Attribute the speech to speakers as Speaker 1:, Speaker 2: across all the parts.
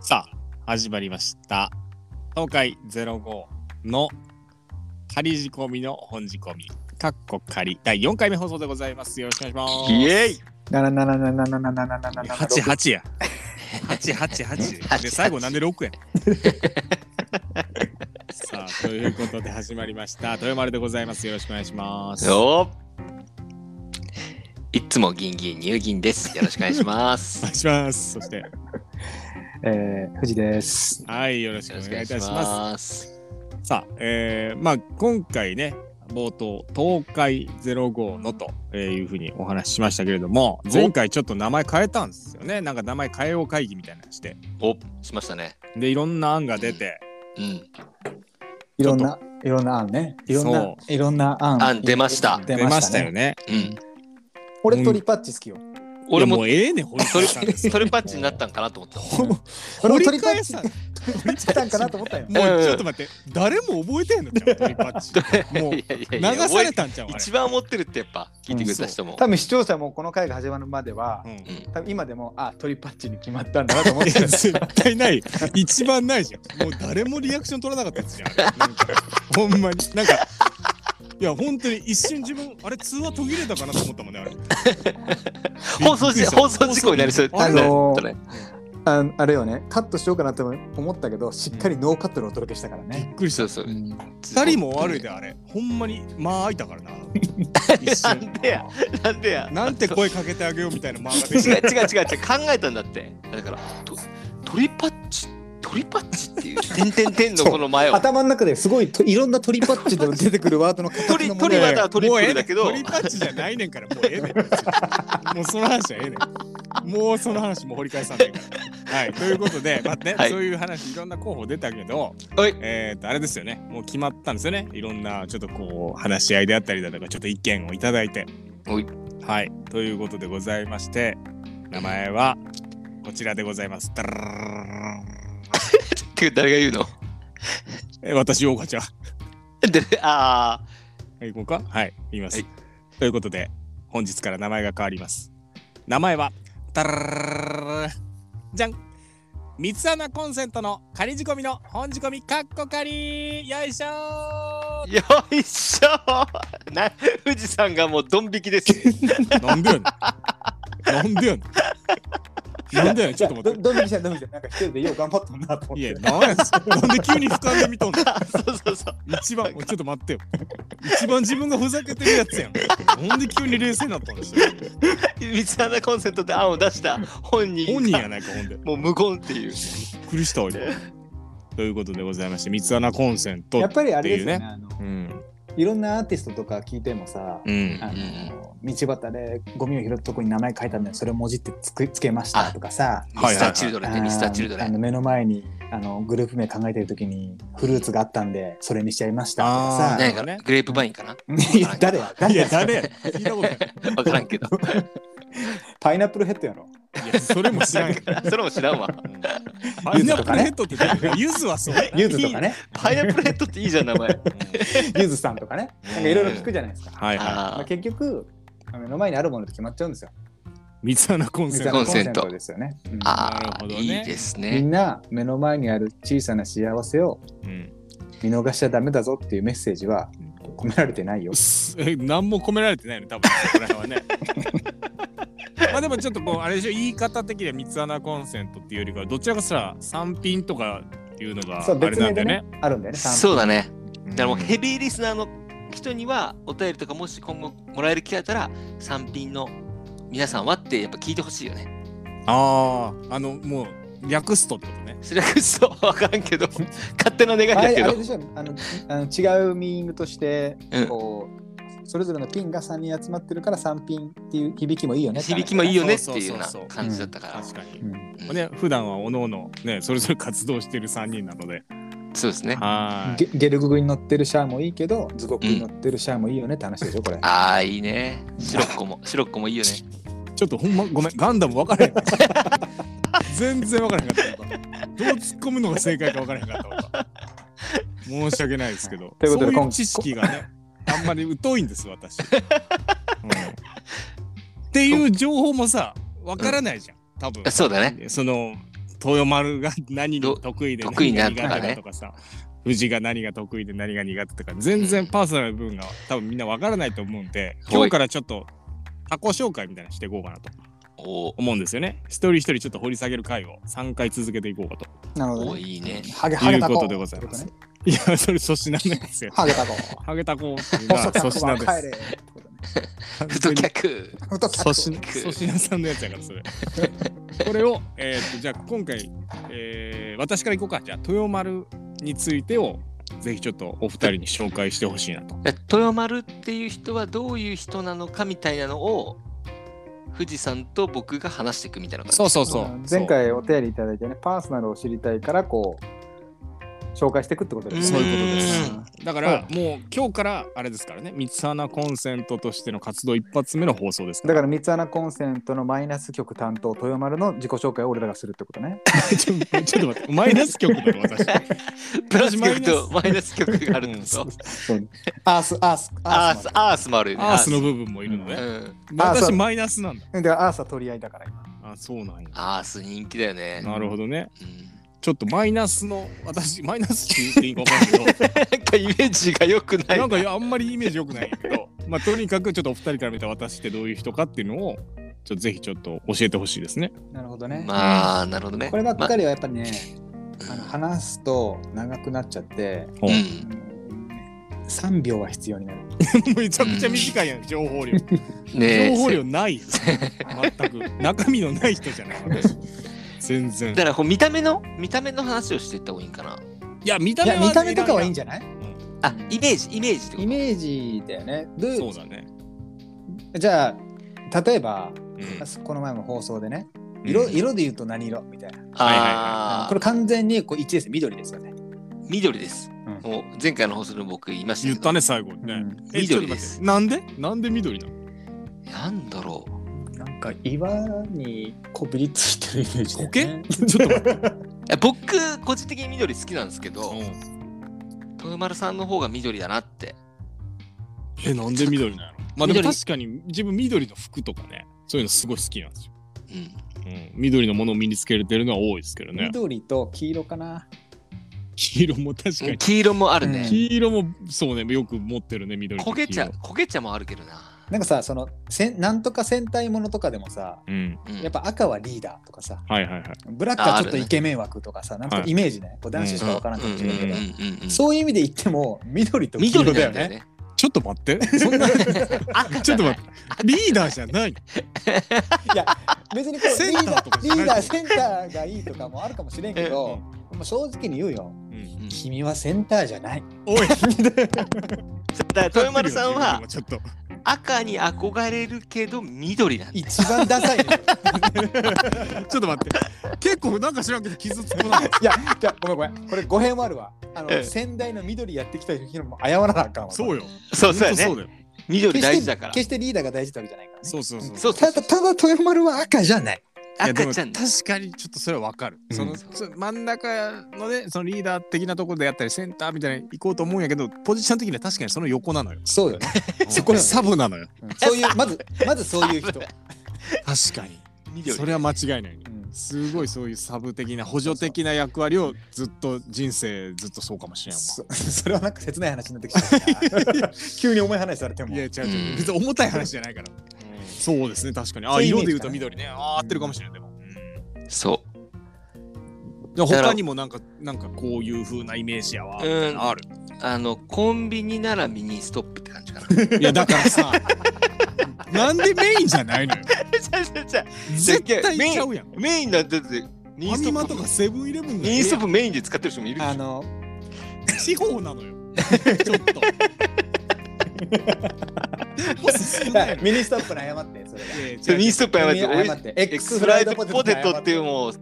Speaker 1: さあ始まりました東海05の仮仕込みの本仕込みかっこ仮第4回目放送でございますよろしくお願いします
Speaker 2: イエイ
Speaker 3: 七七七七七七七七
Speaker 1: 八八 や八八八で最後なんで六やさあということで始まりました豊丸でございますよろしくお願いします
Speaker 2: よ
Speaker 4: いつも銀銀入銀です。よろしくお願いしま
Speaker 1: お
Speaker 4: す。
Speaker 1: 願いしますそして
Speaker 3: えー、富士です。
Speaker 1: はいよろしくお願いいたします
Speaker 4: す。
Speaker 1: さあ、えーまあ、今回ね、冒頭、東海05のとえーいうふうにお話ししましたけれども、前回ちょっと名前変えたんですよね。なんか名前変えよう会議みたいなのして。
Speaker 4: お、しましたね。
Speaker 1: で、いろんな案が出て、
Speaker 4: うん。
Speaker 3: いろんな、いろんな案ね。いろんな
Speaker 1: そ、
Speaker 3: いろんな案。
Speaker 4: 案出ました
Speaker 1: 出ましたよ。ね。
Speaker 4: うん。
Speaker 3: 俺トリパッチ好きよ。
Speaker 1: い
Speaker 4: 俺
Speaker 1: やも
Speaker 4: も
Speaker 1: うええねん、堀
Speaker 4: ト
Speaker 1: 川
Speaker 4: リ
Speaker 1: さんです
Speaker 4: トリパッチになったんかなと思った。
Speaker 3: 俺もト
Speaker 1: 堀
Speaker 3: リパ
Speaker 1: 川
Speaker 3: ッチ
Speaker 1: さん、
Speaker 3: 来
Speaker 1: も
Speaker 3: たんかなと思ったよ。
Speaker 1: うちょっと待って、誰も覚えてんのじゃん、トリパッチ。もう、
Speaker 4: いやいや
Speaker 1: 流
Speaker 4: いや
Speaker 1: されたんちゃう
Speaker 4: 覚え
Speaker 1: あれ
Speaker 4: 一。番思ってるってやっぱ聞いてくれた人も。
Speaker 3: 多分視聴者もこの回が始まるまでは
Speaker 1: う、ん
Speaker 4: うん。
Speaker 3: 多分今でも、あ、トリパッチに決まったんだなと思っ
Speaker 1: い
Speaker 3: て
Speaker 1: や
Speaker 3: る。
Speaker 1: 絶対ない一番ないじゃんもう誰もリアクション取らなかったやつじゃんあれなんかほんまになんかいや本当に一瞬自分あれ通話途切れたかなと思ったもんねあれ
Speaker 4: 放送事放送事故になりそう。
Speaker 1: あ
Speaker 3: あ
Speaker 1: の
Speaker 4: ち
Speaker 3: の
Speaker 4: ょっとね
Speaker 3: ー、ああれよね、カットしようかなと思ったけど、しっかりノーカットでお届けしたから
Speaker 1: び
Speaker 3: ね。
Speaker 1: っくりし
Speaker 4: そ
Speaker 1: た
Speaker 4: うそう。
Speaker 1: 二人も悪いであれほんまに間空いたからな一瞬
Speaker 4: でやなんでや。
Speaker 1: なんて声かけてあげようみたいな間が
Speaker 4: 違う
Speaker 1: でき
Speaker 4: 違う違
Speaker 1: て
Speaker 4: う違う考えたんだって。だからトトリパッチトリパッチっていう点点点のこの 前を。
Speaker 3: 頭の中ですごいといろんなトリパッチで出てくるワードの形の問
Speaker 4: トリは
Speaker 3: 題が
Speaker 4: だからトリプルだけど
Speaker 1: もうええねんトリパッチじゃないねんからもうええねんもうその話はええねんもうその話もう掘り返さないからはいということでまあね、
Speaker 4: はい
Speaker 1: そういう話いろんな候補出たけど
Speaker 4: はい
Speaker 1: えー、とあれですよねもう決まったんですよねいろんなちょっとこう話し合いであったりだとかちょっと意見をいただいて
Speaker 4: はい
Speaker 1: はいということでございまして名前はこちらでございますダラララララ
Speaker 4: てか誰が言うの？
Speaker 1: え私大ちゃん
Speaker 4: であ
Speaker 1: はい、行こうか。はい、言います。
Speaker 4: はい
Speaker 1: ということで、本日から名前が変わります。名前は、たらららららじゃん三つ穴コンセントの仮仕込みの本仕込みかっこ仮よいしょ
Speaker 4: ーよいしょ。な富士山がもうドン引きです。
Speaker 1: ーなんでやねん。なんでやねん。なんでやねん、ちょっと待って。
Speaker 3: どどんみきさん、どんみきさん、なんか一人でよう頑張ったんだと思っ
Speaker 1: いや、
Speaker 3: て。
Speaker 1: なんやねんなんで急に俯瞰で見とんの
Speaker 4: そうそうそう。
Speaker 1: 一番、おいちょっと待ってよ。一番自分がふざけてるやつやん。なんで急に冷静になったんですよ。
Speaker 4: 三つ穴コンセントで案を出した本人が
Speaker 1: 本人やないか、ほんで。
Speaker 4: もう無言っていう。
Speaker 1: びっくりしたわ今ということでございまして三つ穴コンセント
Speaker 3: やっぱりあれですよ
Speaker 1: って
Speaker 3: ね。あの
Speaker 1: うん
Speaker 3: いろんなアーティストとか聞いてもさ、
Speaker 1: うん
Speaker 3: あの道端でゴミを拾ったとこに名前書いたんでそれをもじってつくつけましたとかさ
Speaker 1: はいはいはい
Speaker 4: ミスターチルドレンね、ミスターチルド
Speaker 3: あ
Speaker 4: レ
Speaker 3: ーあ
Speaker 4: ン。
Speaker 3: の目の前にあのグループ名考えてる時にフルーツがあったんでそれにしちゃいましたと
Speaker 1: あ
Speaker 3: か
Speaker 1: ー
Speaker 4: 何かなグレープバインかな
Speaker 3: さいや誰や
Speaker 1: い
Speaker 3: 誰
Speaker 1: や
Speaker 3: や
Speaker 1: 誰や聞いたことない
Speaker 4: わからんけど。
Speaker 3: パイナップルヘッドやろ
Speaker 1: いやそれも知らんよ
Speaker 4: それも知らんわ。
Speaker 1: パイナップルヘッドって誰ゆずはそう
Speaker 3: ユーズとかね
Speaker 4: パイナップルヘッドっていいじゃん、名前。
Speaker 3: ユーズさんとかねなんかいろいろ聞くじゃないですか、
Speaker 1: はいは
Speaker 3: まあ、
Speaker 4: あ
Speaker 3: 結局目の前にあるもので決まっちゃうんですよ
Speaker 1: い三つ穴コンセン
Speaker 3: 水
Speaker 1: ト
Speaker 3: の
Speaker 4: コン
Speaker 3: コン
Speaker 4: セ
Speaker 3: セ
Speaker 4: ン
Speaker 3: ン
Speaker 4: ト
Speaker 3: トですよね、う
Speaker 1: な
Speaker 3: ん
Speaker 1: る
Speaker 4: あ
Speaker 1: ほ
Speaker 4: ー、
Speaker 1: どね
Speaker 4: いいです
Speaker 3: み
Speaker 4: ね。
Speaker 3: んな目の前にある小さな幸せを
Speaker 1: うん
Speaker 3: 見逃しちゃダメだぞっていうメッセージは込められてないよ。
Speaker 1: すえ何も込められてないの多分これは ねまあでもちょっとこうあれでしょ言い方的には三つ穴コンセントっていうよりかはどちらかさ三品とかいうのがあ
Speaker 3: そう
Speaker 1: れ
Speaker 3: 別
Speaker 1: な
Speaker 3: 名
Speaker 1: んだ
Speaker 3: で
Speaker 1: よ
Speaker 3: ね
Speaker 1: ね
Speaker 3: あるんだよ ね。
Speaker 4: そうだね。
Speaker 1: うん
Speaker 4: だからもうヘビーリスナーの人には、お便りとかもし今後もらえる機会あったら、三品の皆さんはってやっぱ聞いてほしいよね。
Speaker 1: あああのもう略すとってことね
Speaker 4: それは嘘わからんけど、 勝手な願い
Speaker 3: あ
Speaker 4: だけ
Speaker 3: れあ
Speaker 4: ど
Speaker 3: れ。でしょあのあの違うミーニングとして、
Speaker 4: うん
Speaker 3: こうそれぞれのピンが3人集まってるから3ピンっていう響きもいいよね。
Speaker 4: 響きもいいよねって
Speaker 1: そうそう
Speaker 4: いう
Speaker 1: そ
Speaker 4: よ
Speaker 1: う
Speaker 4: うな
Speaker 1: そう
Speaker 4: 感じだったから。
Speaker 1: 確かに
Speaker 3: う。ん
Speaker 4: うん
Speaker 1: ね、普段はおのおの、ね、それぞれ活動してる3人なので。
Speaker 4: そうですね。
Speaker 1: はー
Speaker 3: ゲ
Speaker 1: い。
Speaker 3: ゲルググに乗ってるシャアもいいけどズゴックに乗ってるシャアもいいよねって話でしょこれ。
Speaker 4: ああ、いいね。シロッコも、シロッコもいいよね。
Speaker 1: ちょっとほんま、ごめん、ガンダム分からへん。全然分からへんかった今。どう突っ込むのが正解か分からへんかった今。申し訳ないですけど。
Speaker 3: ということ
Speaker 1: そうい
Speaker 3: で今
Speaker 1: う知識がね、あんまり疎いんです、 私。うんっていう情報もさ、分からないじゃん、多分。
Speaker 4: そうだね。
Speaker 1: その、豊丸が何に得意で
Speaker 4: ど得意
Speaker 1: 何が
Speaker 4: な
Speaker 1: 苦手だとかさ、藤が何が得意で何が苦手とか全然パーソナルな部分が多分みんなわからないと思うんで
Speaker 4: はい
Speaker 1: 今日からちょっと他己紹介みたいなのしていこうかなと
Speaker 4: お
Speaker 1: 思うんですよね一人一人ちょっと掘り下げる回を3回続けていこうかと
Speaker 3: なるほど
Speaker 4: お
Speaker 3: ね。
Speaker 4: いい ね。
Speaker 3: ハゲハゲタ
Speaker 1: いうこ
Speaker 3: コ
Speaker 1: とでございます
Speaker 3: ってこ
Speaker 1: いやそれ粗品なんですよ
Speaker 3: とねハゲタコ。
Speaker 1: ハゲタコっていうのは
Speaker 3: 細
Speaker 1: 粗
Speaker 3: キャ ットマ
Speaker 1: 品
Speaker 3: ン
Speaker 1: で
Speaker 3: 帰
Speaker 1: す
Speaker 3: れってことね。
Speaker 4: 太客。
Speaker 3: 太キャ
Speaker 1: 粗
Speaker 3: ッ
Speaker 1: 品
Speaker 3: ト。
Speaker 1: 粗品さんのやつやから それこれを、えー、とじゃあ今回、えー私からいこうかじゃあ豊丸についてをぜひちょっとお二人に紹介してほしいなと
Speaker 4: 豊丸っていう人はどういう人なのかみたいなのを富士山と僕が話していくみたいな感じ。
Speaker 1: そうそうそう、
Speaker 3: ん前回お便りいただいてね、パーソナルを知りたいから、こう、紹介していくってことです
Speaker 1: そう
Speaker 3: ね。
Speaker 1: いうことです
Speaker 4: ーん
Speaker 1: だからもう今日からあれですからね三つ穴コンセントとしての活動一発目の放送ですか
Speaker 3: だ
Speaker 1: ら
Speaker 3: から、三つ穴コンセントのマイナス曲担当、豊丸の自己紹介を俺らがするってことね。
Speaker 1: ちょちょっと待ってマイナス曲だろ私
Speaker 4: プラス曲とマイナス曲がある
Speaker 1: うん
Speaker 4: の
Speaker 1: そ
Speaker 4: と
Speaker 1: う。
Speaker 3: そうアース、アース、
Speaker 4: ア
Speaker 3: アー
Speaker 4: ー
Speaker 3: ス
Speaker 4: ス、アースもあるよね。
Speaker 1: アースの部分もいるの
Speaker 4: アー
Speaker 1: ね、
Speaker 4: ス。うん
Speaker 3: あそ
Speaker 1: 私
Speaker 3: う
Speaker 1: マイナスなんだ
Speaker 3: まで。だからアースは取り合いだから、今。
Speaker 1: あそうなんや
Speaker 4: アース人気だよね。
Speaker 1: なるほどね
Speaker 4: うん
Speaker 1: ちょっとマイナスの私マイナスって言っていいか分かんないけど
Speaker 4: なんかイメージが良くない。
Speaker 1: なんかいやあんまりイメージ良くないんやけど、まあ、とにかくちょっとお二人から見た私ってどういう人かっていうのをちょっとぜひちょっと教えてほしいですね。
Speaker 3: なるほどね。
Speaker 4: まあ、なるほどね。
Speaker 3: こればっかりはやっぱりね、
Speaker 4: ま
Speaker 3: あの
Speaker 4: あ
Speaker 3: 話すと長くなっちゃって、
Speaker 1: の
Speaker 4: うん
Speaker 3: 3秒は必要になる。
Speaker 1: めちゃくちゃ短いやん情報量。
Speaker 4: ねえ
Speaker 1: 情報量ないよ全く中身のない人じゃない私全然。
Speaker 4: だからこう見た目の見た目の話をしていった方がいいんかな。
Speaker 1: いや見た
Speaker 3: い
Speaker 1: 目は
Speaker 3: や、見た目とかはいいん
Speaker 1: じ
Speaker 3: じゃない
Speaker 4: あ、イメージ、イメージってこと
Speaker 3: イメージだよね。どう
Speaker 1: そうだね。
Speaker 3: じゃあ、例えば、
Speaker 1: う
Speaker 3: この前も放送でね、
Speaker 1: ん
Speaker 3: 色
Speaker 1: うん
Speaker 3: 色で言うと何色みたいな。
Speaker 1: はいはい
Speaker 4: ああ、
Speaker 3: これ完全にこう1です、緑ですよね。
Speaker 4: 緑です。
Speaker 3: うん
Speaker 4: もう前回の放送でも僕言いました
Speaker 1: 言っ
Speaker 4: けど。
Speaker 1: たね最後にね。えちょっと
Speaker 4: 緑で
Speaker 1: 待っ
Speaker 4: す
Speaker 1: て。なんでなんで緑なの
Speaker 4: なんだろう。
Speaker 3: うんなんか岩にこびりついてるイメージだよね、
Speaker 1: ちょっと待って。
Speaker 4: いや僕個人的に緑好きなんですけど、豊丸さんの方が緑だなって。
Speaker 1: えなんで緑なのまあでも
Speaker 4: 緑
Speaker 1: 確かに自分緑の服とかねそういうのすごい好きなんですよ。
Speaker 4: うん。
Speaker 1: うん、緑のものを身につけてるのは多いですけどね。
Speaker 3: 緑と黄色かな。
Speaker 1: 黄色も確かに。
Speaker 4: 黄色もある
Speaker 3: うん
Speaker 4: ね。
Speaker 1: 黄色もそうね、よく持ってるね、緑と黄
Speaker 4: 焦
Speaker 1: 色。
Speaker 4: げ茶、焦げ茶もあるけどな。
Speaker 3: なんかさ、そのせんなんとか戦隊ものとかでもさ、
Speaker 1: うん。
Speaker 4: うん
Speaker 3: やっぱ赤はリーダーとかさ、
Speaker 1: はいはいはい。
Speaker 3: ブラックはちょっとイケメン枠とかさ、なんと
Speaker 1: は
Speaker 3: か
Speaker 1: い
Speaker 3: イメージね、こう男子しかわからんかもしれないけ
Speaker 4: うん
Speaker 3: ど
Speaker 4: うん、うんうん
Speaker 3: そういう意味で言っても、緑と黄色
Speaker 4: 緑
Speaker 3: だ
Speaker 4: な
Speaker 3: よ
Speaker 4: んだよ
Speaker 3: ね。
Speaker 4: ね。
Speaker 1: ちょっと待 って。そんな、
Speaker 4: 赤
Speaker 1: ち
Speaker 4: じ
Speaker 1: ょ
Speaker 4: ゃ
Speaker 1: っと
Speaker 4: な
Speaker 1: 待
Speaker 4: い。
Speaker 1: って。リーダーじゃない。
Speaker 3: いや、別にこう
Speaker 1: セ
Speaker 3: リ
Speaker 1: ンタ
Speaker 3: ー
Speaker 1: ー
Speaker 3: ダ
Speaker 1: とか
Speaker 3: ー、
Speaker 1: じ
Speaker 3: リ
Speaker 1: ゃない
Speaker 3: ーダー、センターがいいとかもあるかもしれんけど、もう正直に言うよ、
Speaker 1: うん。
Speaker 4: うん
Speaker 3: 君はセンターじゃない。
Speaker 1: おい、
Speaker 4: だから豊丸さんは
Speaker 1: ちょっと。
Speaker 4: 赤に憧れるけど緑なんだよ。
Speaker 3: 一番ダサいよ。
Speaker 1: ちょっと待って。結構なんか知らんけど傷つ くな。
Speaker 3: いや、じゃあごめんごめん、これ語弊もあるわ。あ
Speaker 4: え
Speaker 3: の、
Speaker 4: え
Speaker 3: 先代の緑やってきた時のも謝らなあかんわ。
Speaker 1: そうよ。
Speaker 4: そうそうや
Speaker 1: ほんとそう
Speaker 4: ね。
Speaker 1: だよ。
Speaker 4: 緑
Speaker 3: 決
Speaker 4: 大
Speaker 3: し
Speaker 4: 事だか
Speaker 3: て
Speaker 4: ら。
Speaker 3: 決してリーダーが大事だわけじゃないからね。
Speaker 1: そうそうそう。
Speaker 4: そう
Speaker 3: ただ、ただ豊丸は赤じゃない。
Speaker 1: いやでも
Speaker 4: 赤ちゃんだ。
Speaker 1: 確かにちょっとそれはわかる、
Speaker 3: うん
Speaker 1: そのそ真ん中のねそのリーダー的なところであったりセンターみたいに行こうと思うんやけどポジション的には確かにその横なのよ
Speaker 3: そうよね。
Speaker 1: そこ
Speaker 3: うん
Speaker 1: サブ なのよ
Speaker 3: うんそういう、まず、まずそういう人。
Speaker 1: 確かに
Speaker 4: 緑。
Speaker 1: それは間違いないね
Speaker 3: うん
Speaker 1: すごいそういうサブ的な補助的な役割をずっと人生ずっとそうかもしれんわ
Speaker 3: そそれはなんか切ない話になってきたな急に重い話されても
Speaker 1: いや違う違
Speaker 4: う
Speaker 1: うん別に重たい話じゃないからそうですね確かにあ
Speaker 3: そういうイ
Speaker 1: 色
Speaker 3: メージ
Speaker 1: で言うと緑ねあー合ってるかもしれないでも
Speaker 4: そ
Speaker 1: でも
Speaker 4: だから
Speaker 1: 他にもなんかなんかこういう風なイメージやわ
Speaker 4: う。うん。
Speaker 1: ある
Speaker 4: あの、コンビニならミニストップって感じかな。
Speaker 1: いやだからさ なんでメインじゃないのよ
Speaker 4: ちゃちゃちゃ
Speaker 1: 絶対ちゃうやんフ
Speaker 4: メインなんてだってミニ
Speaker 1: ァ
Speaker 4: スト
Speaker 1: ミマ
Speaker 4: ップ
Speaker 1: とかセブンイレブンの
Speaker 4: ミニストップメインで使ってる人もいるでし
Speaker 3: あ
Speaker 4: ょ
Speaker 3: の
Speaker 1: 地方なの よちょっ とボス少 ないの
Speaker 3: ミニストップに謝ってそれが
Speaker 1: いや
Speaker 4: それミニストップ謝って
Speaker 3: ミニ謝ってエ
Speaker 4: エ
Speaker 3: ッ
Speaker 4: ッ
Speaker 3: ク
Speaker 4: ク
Speaker 3: ス
Speaker 4: ス
Speaker 3: フ
Speaker 4: フ
Speaker 3: ラ
Speaker 4: ラ
Speaker 3: イ
Speaker 4: イ
Speaker 3: ド
Speaker 4: ド
Speaker 3: ポテト
Speaker 4: ポテトっていうもう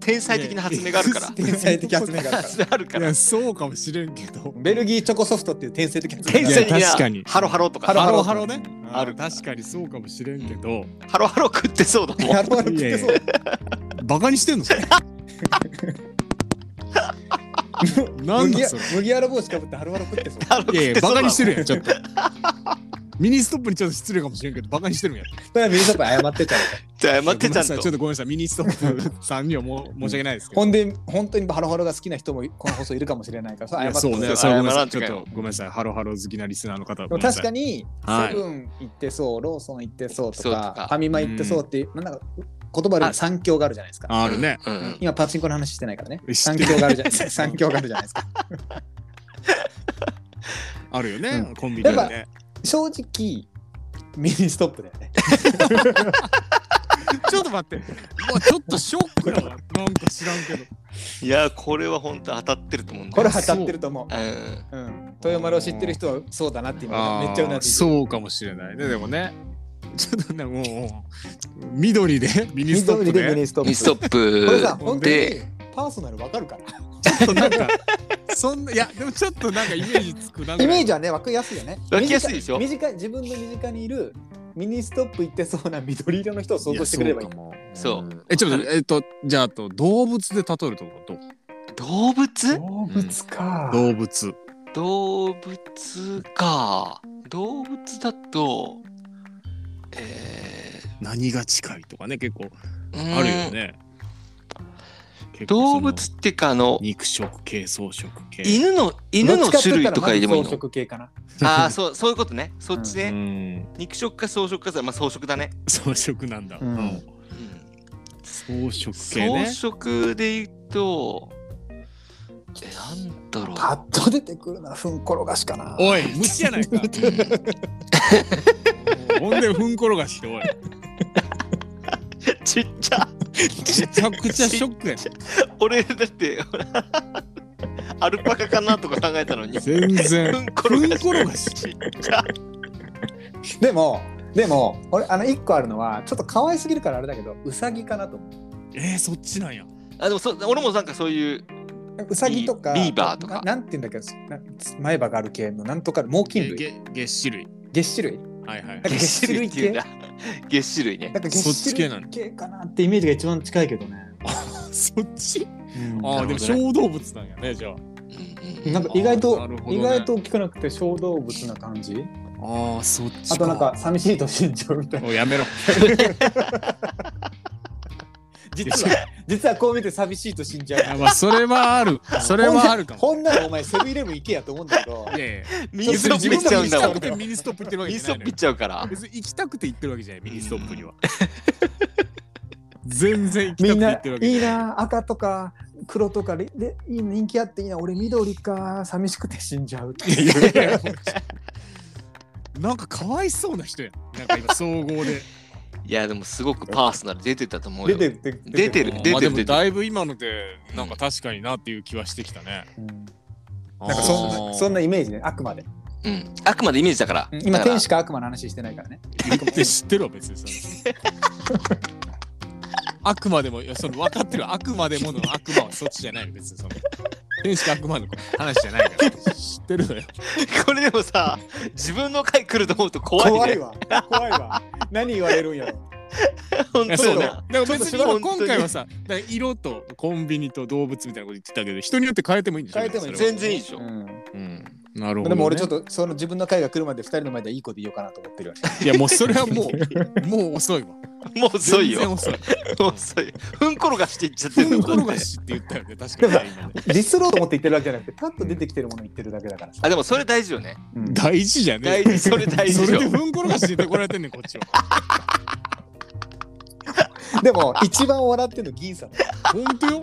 Speaker 4: 天才的な発明があるから
Speaker 1: いや
Speaker 3: 天才的発明があるか
Speaker 4: 発明あるか
Speaker 1: い
Speaker 4: ら
Speaker 1: やそうかもしれんけど
Speaker 3: ベルギーチョコソフトっていう天才的発明
Speaker 4: 天
Speaker 3: があ
Speaker 4: 才
Speaker 3: る
Speaker 1: いや確
Speaker 4: 的
Speaker 1: か
Speaker 4: な
Speaker 1: に
Speaker 4: ハロハロとか
Speaker 3: ハロ
Speaker 1: ハ
Speaker 3: ハ
Speaker 1: ロ
Speaker 3: ロ
Speaker 1: ハロねうん
Speaker 4: ある
Speaker 1: 確かにそうかもしれんけど
Speaker 4: ハロハロ食ってそうだもん
Speaker 3: ハロハロ食ってそう
Speaker 1: バカにしてんのそれなん
Speaker 3: 麦
Speaker 1: だ
Speaker 3: わ
Speaker 1: それ
Speaker 3: 麦わら帽子かぶってハロハロ食ってそう
Speaker 4: ハロ
Speaker 1: いやいやバカにして
Speaker 4: る
Speaker 1: るやんちょっとミニストップにちょっと失礼かもしれんけどバカにしてるんや
Speaker 3: それはミニストップに謝ってたら
Speaker 4: って謝ってち
Speaker 1: ごめ
Speaker 4: ゃん
Speaker 1: なさい
Speaker 4: と
Speaker 1: ちょっとごめんなさい、ミニストップさんにはもう申し訳ないですけど。
Speaker 3: ほんで、本当にハロハロが好きな人もこの放送いるかもしれないから、そ
Speaker 1: いや
Speaker 3: れ謝って
Speaker 1: そう
Speaker 3: ほしい
Speaker 1: ね、そうごめんなさ
Speaker 4: 謝ら
Speaker 1: い。
Speaker 4: ん
Speaker 1: ちょっ
Speaker 4: とかよ
Speaker 1: とごめんなさい、ハロハロ好きなリスナーの方は
Speaker 3: で
Speaker 1: ご
Speaker 3: も
Speaker 1: めんな
Speaker 3: 確
Speaker 1: さい
Speaker 3: かに、
Speaker 1: はい
Speaker 3: セブン行ってそう、ローソン行ってそうと
Speaker 4: そうと
Speaker 3: か、
Speaker 4: か
Speaker 3: ファミマ行ってそうっていう、なんか言葉で三強があるじゃないですか。
Speaker 1: あるね。
Speaker 4: うん
Speaker 3: 今パチンコの話してないからね。
Speaker 1: 知っ
Speaker 3: 三
Speaker 1: てる
Speaker 3: 強があるじゃないですか。三強があるじゃないですか。
Speaker 1: あるよね
Speaker 3: う、
Speaker 1: コンビニで
Speaker 3: やっ
Speaker 1: ね。
Speaker 3: 正直、ミニストップだよね。
Speaker 1: ちょっと待って。もうちょっとショックだわ。なんか知らんけど。
Speaker 4: いやこれは本当当たってると思うんだ
Speaker 3: これ
Speaker 4: よ
Speaker 3: は当たってると思う。
Speaker 4: うん
Speaker 3: うん、豊丸を知ってる人はそうだなって今めっちゃうなずいてる
Speaker 1: そうかもしれないね、でもね。ちょっとね、もう、緑で、 ミニストップ
Speaker 3: 緑でミ
Speaker 1: で。
Speaker 3: ニストップ。
Speaker 4: ミストッ
Speaker 3: これさ、
Speaker 4: プ
Speaker 3: 本当に
Speaker 4: で
Speaker 3: パーソナルわかるから。
Speaker 1: ちょっとなんか、そんな、いや、でもちょっとなんかイメージつくな。
Speaker 3: イメージ
Speaker 1: ジ
Speaker 3: はね、わかりやすいよね。
Speaker 4: わかりやすいでしょ
Speaker 3: 身近自分の身近にいるミニストップ行ってそうな緑色の人を想像してくれればいい。
Speaker 1: も。
Speaker 4: そう
Speaker 1: え、ちょっと待って、えっと、じゃあ、あと、動物で例えるとこどう
Speaker 4: 動物
Speaker 3: 動
Speaker 4: 物
Speaker 3: か
Speaker 1: 動物。
Speaker 4: 動物か動物だとえ
Speaker 1: 何が近いとかね結構
Speaker 4: ーうーん
Speaker 1: あるよね。結構そ
Speaker 4: 動
Speaker 1: の
Speaker 4: 物っていうかあの
Speaker 1: 肉食系草食系
Speaker 4: 犬の犬の種類とかでもいいの
Speaker 3: 食系かな。
Speaker 4: ああそうそういうことねそっち
Speaker 1: う
Speaker 4: ね、
Speaker 1: ん
Speaker 4: 肉食か草食かさまあ草食だね、
Speaker 1: 草食なんだ、
Speaker 3: うん
Speaker 1: うん
Speaker 4: うん
Speaker 1: 草食系
Speaker 4: 草
Speaker 1: ね
Speaker 4: 食で言うとえなんだろう
Speaker 3: パッと出てくるのはふんころがしかな。
Speaker 1: おい虫やないか
Speaker 4: うん
Speaker 1: ほんでふんころがしておい
Speaker 4: ちっちゃ
Speaker 1: めちゃくちゃショックや
Speaker 4: 俺だって アルパカかなとか考えたのに
Speaker 1: 全
Speaker 4: ふ
Speaker 1: 然
Speaker 4: んころが
Speaker 1: ふんころがし
Speaker 4: ちっちゃ
Speaker 3: でも、でも、俺、あの、一個あるのは、ちょっと可愛すぎるからあれだけど、うさぎかなと思う。
Speaker 1: えー、そっちなんや
Speaker 4: あでもそ俺もなんかそういう
Speaker 3: うさぎとか、
Speaker 4: ビービーバーとか
Speaker 3: ななんて言うんだっけな前歯がある系の、なんとか、猛
Speaker 1: げ
Speaker 3: 禽類。
Speaker 1: げげっし類
Speaker 3: 月種類
Speaker 1: はいはい
Speaker 3: なんか
Speaker 4: 月
Speaker 3: 月
Speaker 4: 種
Speaker 3: 種
Speaker 4: 類
Speaker 3: 類
Speaker 4: ってい
Speaker 3: 系
Speaker 4: うんだ月種類ね
Speaker 3: なんか
Speaker 1: そっち
Speaker 3: 月
Speaker 1: 系
Speaker 3: 種
Speaker 1: なの
Speaker 3: 類系かなってイメージが一番近いけどね。
Speaker 1: そっち
Speaker 3: うん
Speaker 1: ああーでも
Speaker 4: なるほどね
Speaker 1: 小動物なんやねじゃあ
Speaker 4: うん
Speaker 3: なんか意外
Speaker 1: あーな
Speaker 3: と、
Speaker 1: るほどね
Speaker 3: 意外と聞かなくて小動物な感じ
Speaker 1: あーそっち
Speaker 3: あとなんか寂しいと死んじゃうみたい な
Speaker 1: おいやめろ
Speaker 3: 実は 実はこう見て寂しいと死んじゃ
Speaker 1: いうやまあそれはあるそれはあるかも
Speaker 3: ほんならお前セブンイレブン行けやと思うんだ けど
Speaker 1: いやいや
Speaker 4: ミニストップ行っちゃうんだもん
Speaker 3: 別に
Speaker 1: ミニストップ行ってるわ
Speaker 4: ミ
Speaker 1: け
Speaker 4: ニ
Speaker 1: じ
Speaker 4: ス
Speaker 1: ゃ
Speaker 4: ト
Speaker 1: ない
Speaker 4: ッ
Speaker 1: の
Speaker 4: プ
Speaker 1: よ
Speaker 4: 行っちゃうから
Speaker 1: 別に行きたくて行ってるわけじゃないミニストップには全然行き
Speaker 3: みん
Speaker 1: た
Speaker 3: な
Speaker 1: くて行ってるわけ
Speaker 3: いい
Speaker 1: じゃない
Speaker 3: な赤とか黒とかででいい人気あっていいな俺緑か寂しくて死んじゃうって
Speaker 1: い
Speaker 3: い
Speaker 1: やいやいうやなんかかわいそうな人やんなんか今総合で
Speaker 4: いやでもすごくパーソナル出てたと思う
Speaker 3: 出
Speaker 4: よ
Speaker 3: てる出
Speaker 4: 出てる
Speaker 1: うん
Speaker 4: 出てる
Speaker 1: まあでも
Speaker 4: 出てる
Speaker 1: だいぶ今のでなんか確かになっていう気はしてきたね
Speaker 3: うん
Speaker 1: な
Speaker 3: なんかそ
Speaker 4: あ
Speaker 3: んなそんなイメージねあくまで
Speaker 4: うんあくまでイメージだからだか
Speaker 3: 今
Speaker 4: ら
Speaker 3: 天使か悪魔の話してないからね
Speaker 1: って知ってるわ別にそれあくまでもいやその分かってるあくまでもの悪魔はそっちじゃないよ別にその天使と悪魔の話じゃないから知ってるのよ
Speaker 4: これでもさ自分の回来ると思うと怖いね
Speaker 3: 怖 いわ怖いわ何言われるんやろ
Speaker 4: 本
Speaker 1: いや
Speaker 4: 当
Speaker 1: そう
Speaker 4: だ
Speaker 1: ね。
Speaker 4: な
Speaker 1: だから別に
Speaker 4: ちょっとしばらく
Speaker 1: 今回はさ、だから色とコンビニと動物みたいなこと言ってたけど、人によって変えてもいいんでしょ
Speaker 3: 変えてもいい
Speaker 1: それは
Speaker 4: 全然いいでしょ
Speaker 3: うん
Speaker 1: うん。なるほど、ね。
Speaker 3: でも俺ちょっ
Speaker 1: と。
Speaker 3: とその自分の会が来るまで二人の前ではいい子でいようかなと思ってるよ
Speaker 1: いやもうそれはもう、もう遅いわ。
Speaker 4: もう遅い
Speaker 1: 全然
Speaker 4: よ
Speaker 1: 遅い。
Speaker 4: もう遅いふんころがしていっちゃってる
Speaker 1: ふ
Speaker 4: の
Speaker 1: んころ
Speaker 4: これ
Speaker 1: がしって言ったよね、確かにね今ね。
Speaker 3: ディスろうと思って言ってるわけじゃなくてパッと出てきてるもの言ってるだけだからさ、
Speaker 4: あでもそれ大事よね
Speaker 3: うん
Speaker 1: 大事じゃね
Speaker 4: 大事それ
Speaker 1: え。
Speaker 4: 大
Speaker 1: そ
Speaker 4: 事
Speaker 1: れ
Speaker 4: よ
Speaker 1: でふんころがしって言ってこられてんねん、こっちは。
Speaker 3: でも一番笑ってるの銀 さんだよ
Speaker 1: ほんとよ。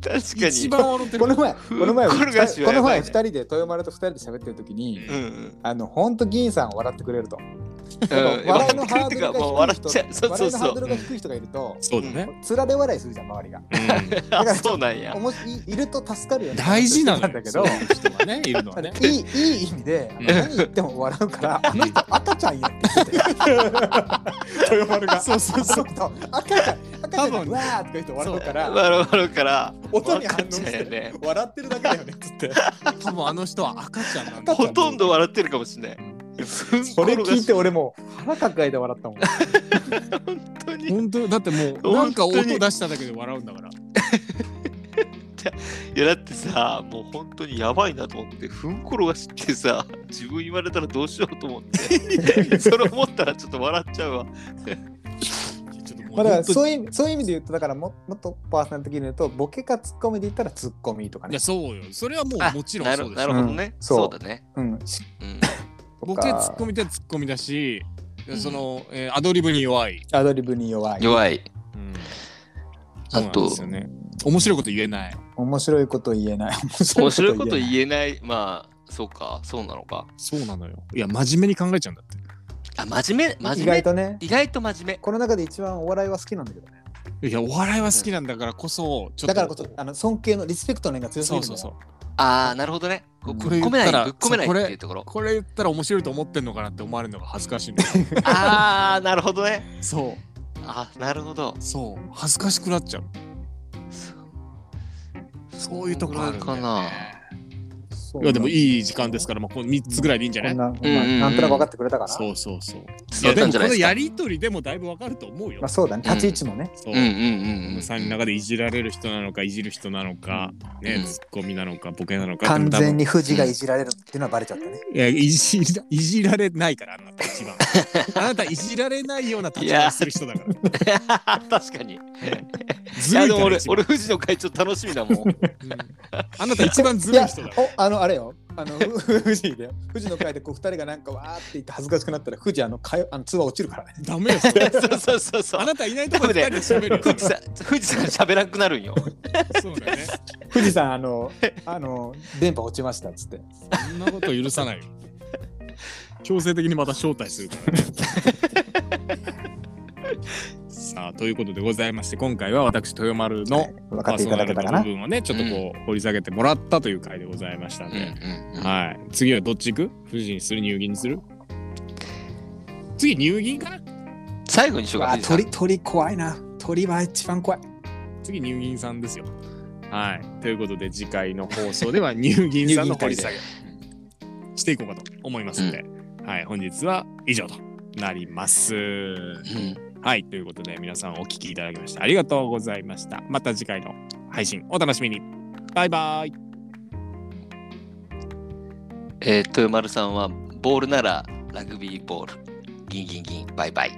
Speaker 4: 確かに
Speaker 1: 一番笑ってる。
Speaker 3: この前この前
Speaker 4: ふっこり返しは
Speaker 3: こ
Speaker 4: や
Speaker 3: の
Speaker 4: ばい
Speaker 3: 前
Speaker 4: ね
Speaker 3: 二人で豊丸と二人で喋ってる時に、
Speaker 4: うんうん
Speaker 3: あの本当銀さん笑ってくれると、
Speaker 4: うん
Speaker 3: 笑いのハードル
Speaker 4: てか
Speaker 3: が低い人
Speaker 4: もう笑 っちゃうそう
Speaker 3: 笑
Speaker 4: そう
Speaker 3: いのハ
Speaker 4: そ
Speaker 3: ードル
Speaker 4: う
Speaker 3: が低い人がいると
Speaker 1: そうだね。
Speaker 3: つられ笑いするじゃん周りが
Speaker 1: う
Speaker 3: だか
Speaker 4: あ
Speaker 3: ら
Speaker 4: そうなんや
Speaker 3: おもしいいると助かるよ
Speaker 1: ん
Speaker 3: ね
Speaker 1: 大事 なの
Speaker 3: なん
Speaker 1: よ
Speaker 3: だけ
Speaker 1: そ
Speaker 3: ど
Speaker 1: ういう人がね、いるのはね。
Speaker 3: いいいい意味で
Speaker 1: うん
Speaker 3: 何言っても笑うからあの人赤ちゃんやって言ってて豊丸が
Speaker 1: そうそう
Speaker 3: そ
Speaker 1: そうう。
Speaker 3: 赤ちゃん赤ちゃん
Speaker 1: 多
Speaker 3: が
Speaker 1: 分
Speaker 3: わーとか言って笑うから
Speaker 4: 笑う笑うから
Speaker 3: 音に反
Speaker 4: 分
Speaker 3: 応
Speaker 4: かっ
Speaker 3: し
Speaker 4: ちゃうよね
Speaker 3: て笑ってるだけだよねっつって
Speaker 1: 多分あの人は赤ちゃんなんだ。
Speaker 3: 赤ち
Speaker 4: ほ
Speaker 3: ゃ
Speaker 4: とんど笑ってるかもしれない
Speaker 3: それ聞いて
Speaker 4: 本
Speaker 3: 俺もう腹抱えて笑ったもん
Speaker 4: 当に
Speaker 1: ほんとよ。だってもう、なんか音出しただけで笑うんだから。
Speaker 4: いやだってさもう本当にやばいなと思ってふんころがしってさ自分言わ れたらどうしようと思ってそれ思ったらちょっと笑っちゃうわ
Speaker 3: ま
Speaker 1: ほ
Speaker 3: あ、だから
Speaker 1: んと
Speaker 3: そういう意味そういう意味で言うとだからももっとパーソナル的に言うとボケかツッコミで言ったらツッコミとか
Speaker 1: い
Speaker 3: ね
Speaker 1: や、そうよ。それはも
Speaker 4: あ
Speaker 1: うもちろん
Speaker 4: な
Speaker 1: そうで
Speaker 4: る
Speaker 1: す
Speaker 4: な
Speaker 1: よ
Speaker 4: る。ほどね。
Speaker 3: うんそう
Speaker 4: そうだね。
Speaker 3: うん、し
Speaker 4: うん。
Speaker 3: と
Speaker 1: ボ
Speaker 3: か
Speaker 1: ケツッコミってツッコミだし、
Speaker 4: うん
Speaker 1: その、えーアドリブに弱い。
Speaker 3: アドリブに 弱い
Speaker 4: 弱い。
Speaker 1: そう
Speaker 4: あ
Speaker 1: なん
Speaker 4: と
Speaker 1: ですよね面白いこと言えない。
Speaker 3: 面白いこと言えない
Speaker 4: 面
Speaker 3: 面
Speaker 4: 白いこと
Speaker 3: えない
Speaker 4: 言えない。まあそうかそうなのか。
Speaker 1: そうなのよ。いや、真面目に考えちゃうんだって。
Speaker 4: あ真面目真面
Speaker 3: 意
Speaker 4: 目
Speaker 3: 外とね
Speaker 4: 意外と真面
Speaker 3: この中で一番お笑いは好きなんだけどね
Speaker 1: いや、お笑いは好きなんだからこそ、ちょっと。
Speaker 3: だからこそあの尊敬のリスペクトの念が強す
Speaker 1: そ
Speaker 3: ぎる
Speaker 1: うん
Speaker 3: だ
Speaker 1: そうそ
Speaker 3: よ
Speaker 1: う。
Speaker 4: 目。ああなるほどね。こう
Speaker 3: うん
Speaker 4: ぶっ込めない
Speaker 1: これ言ったら
Speaker 4: ぶっ込めないっ
Speaker 1: そうこ
Speaker 4: て
Speaker 1: れ
Speaker 4: いうところ。
Speaker 1: これ言ったら面白いと思ってんのかなって思われるのが恥ずかしいんだよ。
Speaker 4: ああなるほどね。
Speaker 1: そ
Speaker 4: あなるほど。
Speaker 1: う、そう。恥ずかしくなっちゃう。そういうところあるんだよね
Speaker 4: そんぐらいか
Speaker 3: そう
Speaker 1: いや、でもいい時間ですから、まあ、この3つぐらいでいいんじゃな
Speaker 3: こ
Speaker 1: い
Speaker 3: んな、まあ
Speaker 4: うんうんうん
Speaker 3: なんとなく分かってくれたかな
Speaker 1: そうそうそう。い
Speaker 4: 伝
Speaker 1: や、
Speaker 4: わっ
Speaker 1: で
Speaker 4: たん
Speaker 1: も
Speaker 4: じ
Speaker 1: この
Speaker 4: ゃないです
Speaker 1: や
Speaker 4: か。
Speaker 1: りとりでもだいぶわかると思うよ
Speaker 3: まあ、。そうだね
Speaker 4: うん
Speaker 3: 立ち位置もね、
Speaker 1: そう
Speaker 4: うんうんう
Speaker 1: こ
Speaker 4: んう
Speaker 1: の
Speaker 4: ん。
Speaker 1: 3人の中でいじられる人なのか、いじる人なのか、
Speaker 4: う
Speaker 1: ね
Speaker 4: ん、
Speaker 1: ツッコミなのか、ボケなのか。
Speaker 3: 完全
Speaker 1: に。
Speaker 3: に富士がいじられるっていうのはバレちゃったね、
Speaker 1: いや、いじらいじられないから、あなた一 番。あなたいじられないような立場をする人だから。
Speaker 4: 確かに。い
Speaker 1: ずる
Speaker 4: や
Speaker 1: い
Speaker 4: でも
Speaker 1: から
Speaker 4: 俺
Speaker 1: 一番
Speaker 4: 俺富士の会長楽しみだもん。
Speaker 1: あなた一番ず
Speaker 3: い
Speaker 1: るい
Speaker 3: や
Speaker 1: 人だから。
Speaker 3: おあのあれよあの ふ富士で富士の会でこう2人がなんかわーって言って恥ずかしくなったら富士あの会あの通話落ちるから ね
Speaker 1: ダメよ。それ
Speaker 4: そうそうそうそ
Speaker 1: あ
Speaker 4: う。
Speaker 1: なたいないところで二人で喋るよ。
Speaker 4: 富士さん富士さん喋らなくなるんよ。
Speaker 1: そうだよね。
Speaker 3: 富士山あのあの電波落ちましたっつって
Speaker 1: そんなこと許さないよ。強制的にまた招待する からね。さあということでございまして今回は私豊丸の
Speaker 3: 分
Speaker 1: パ
Speaker 3: かっ
Speaker 1: ー
Speaker 3: てい
Speaker 1: ソ
Speaker 3: た
Speaker 1: ナ
Speaker 3: だ
Speaker 1: ル
Speaker 3: けたか
Speaker 1: の
Speaker 3: な
Speaker 1: 部分をねちょっとこう掘り下げてもらったという回でございましたん
Speaker 4: うんう
Speaker 1: で、
Speaker 4: んうん。
Speaker 1: はい次はどっち行く富士にする乳銀にする次乳銀かな
Speaker 4: 最後にしようか
Speaker 3: あ
Speaker 4: 富士さん
Speaker 3: 鳥鳥怖いな鳥は一番怖い
Speaker 1: 次乳銀さんですよ。はいということで次回の放送 では乳銀さんの掘り下げしていこうかと思いますので、はい、本日は以上となります。
Speaker 4: うん
Speaker 1: はい、ということで皆さんお聞きいただきましてありがとうございました。また次回の配信お楽しみに。バイバ イ。
Speaker 4: えー、豊丸さんはボールならラグビーボールギンギンギンバイバイ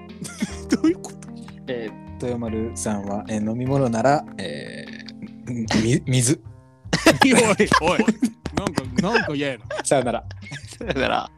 Speaker 1: どういうこと
Speaker 3: えー、豊丸さんは、えー飲み物なら、えーみ水
Speaker 1: おいおい、なんか、なんか嫌やな。
Speaker 3: さよなら
Speaker 4: だから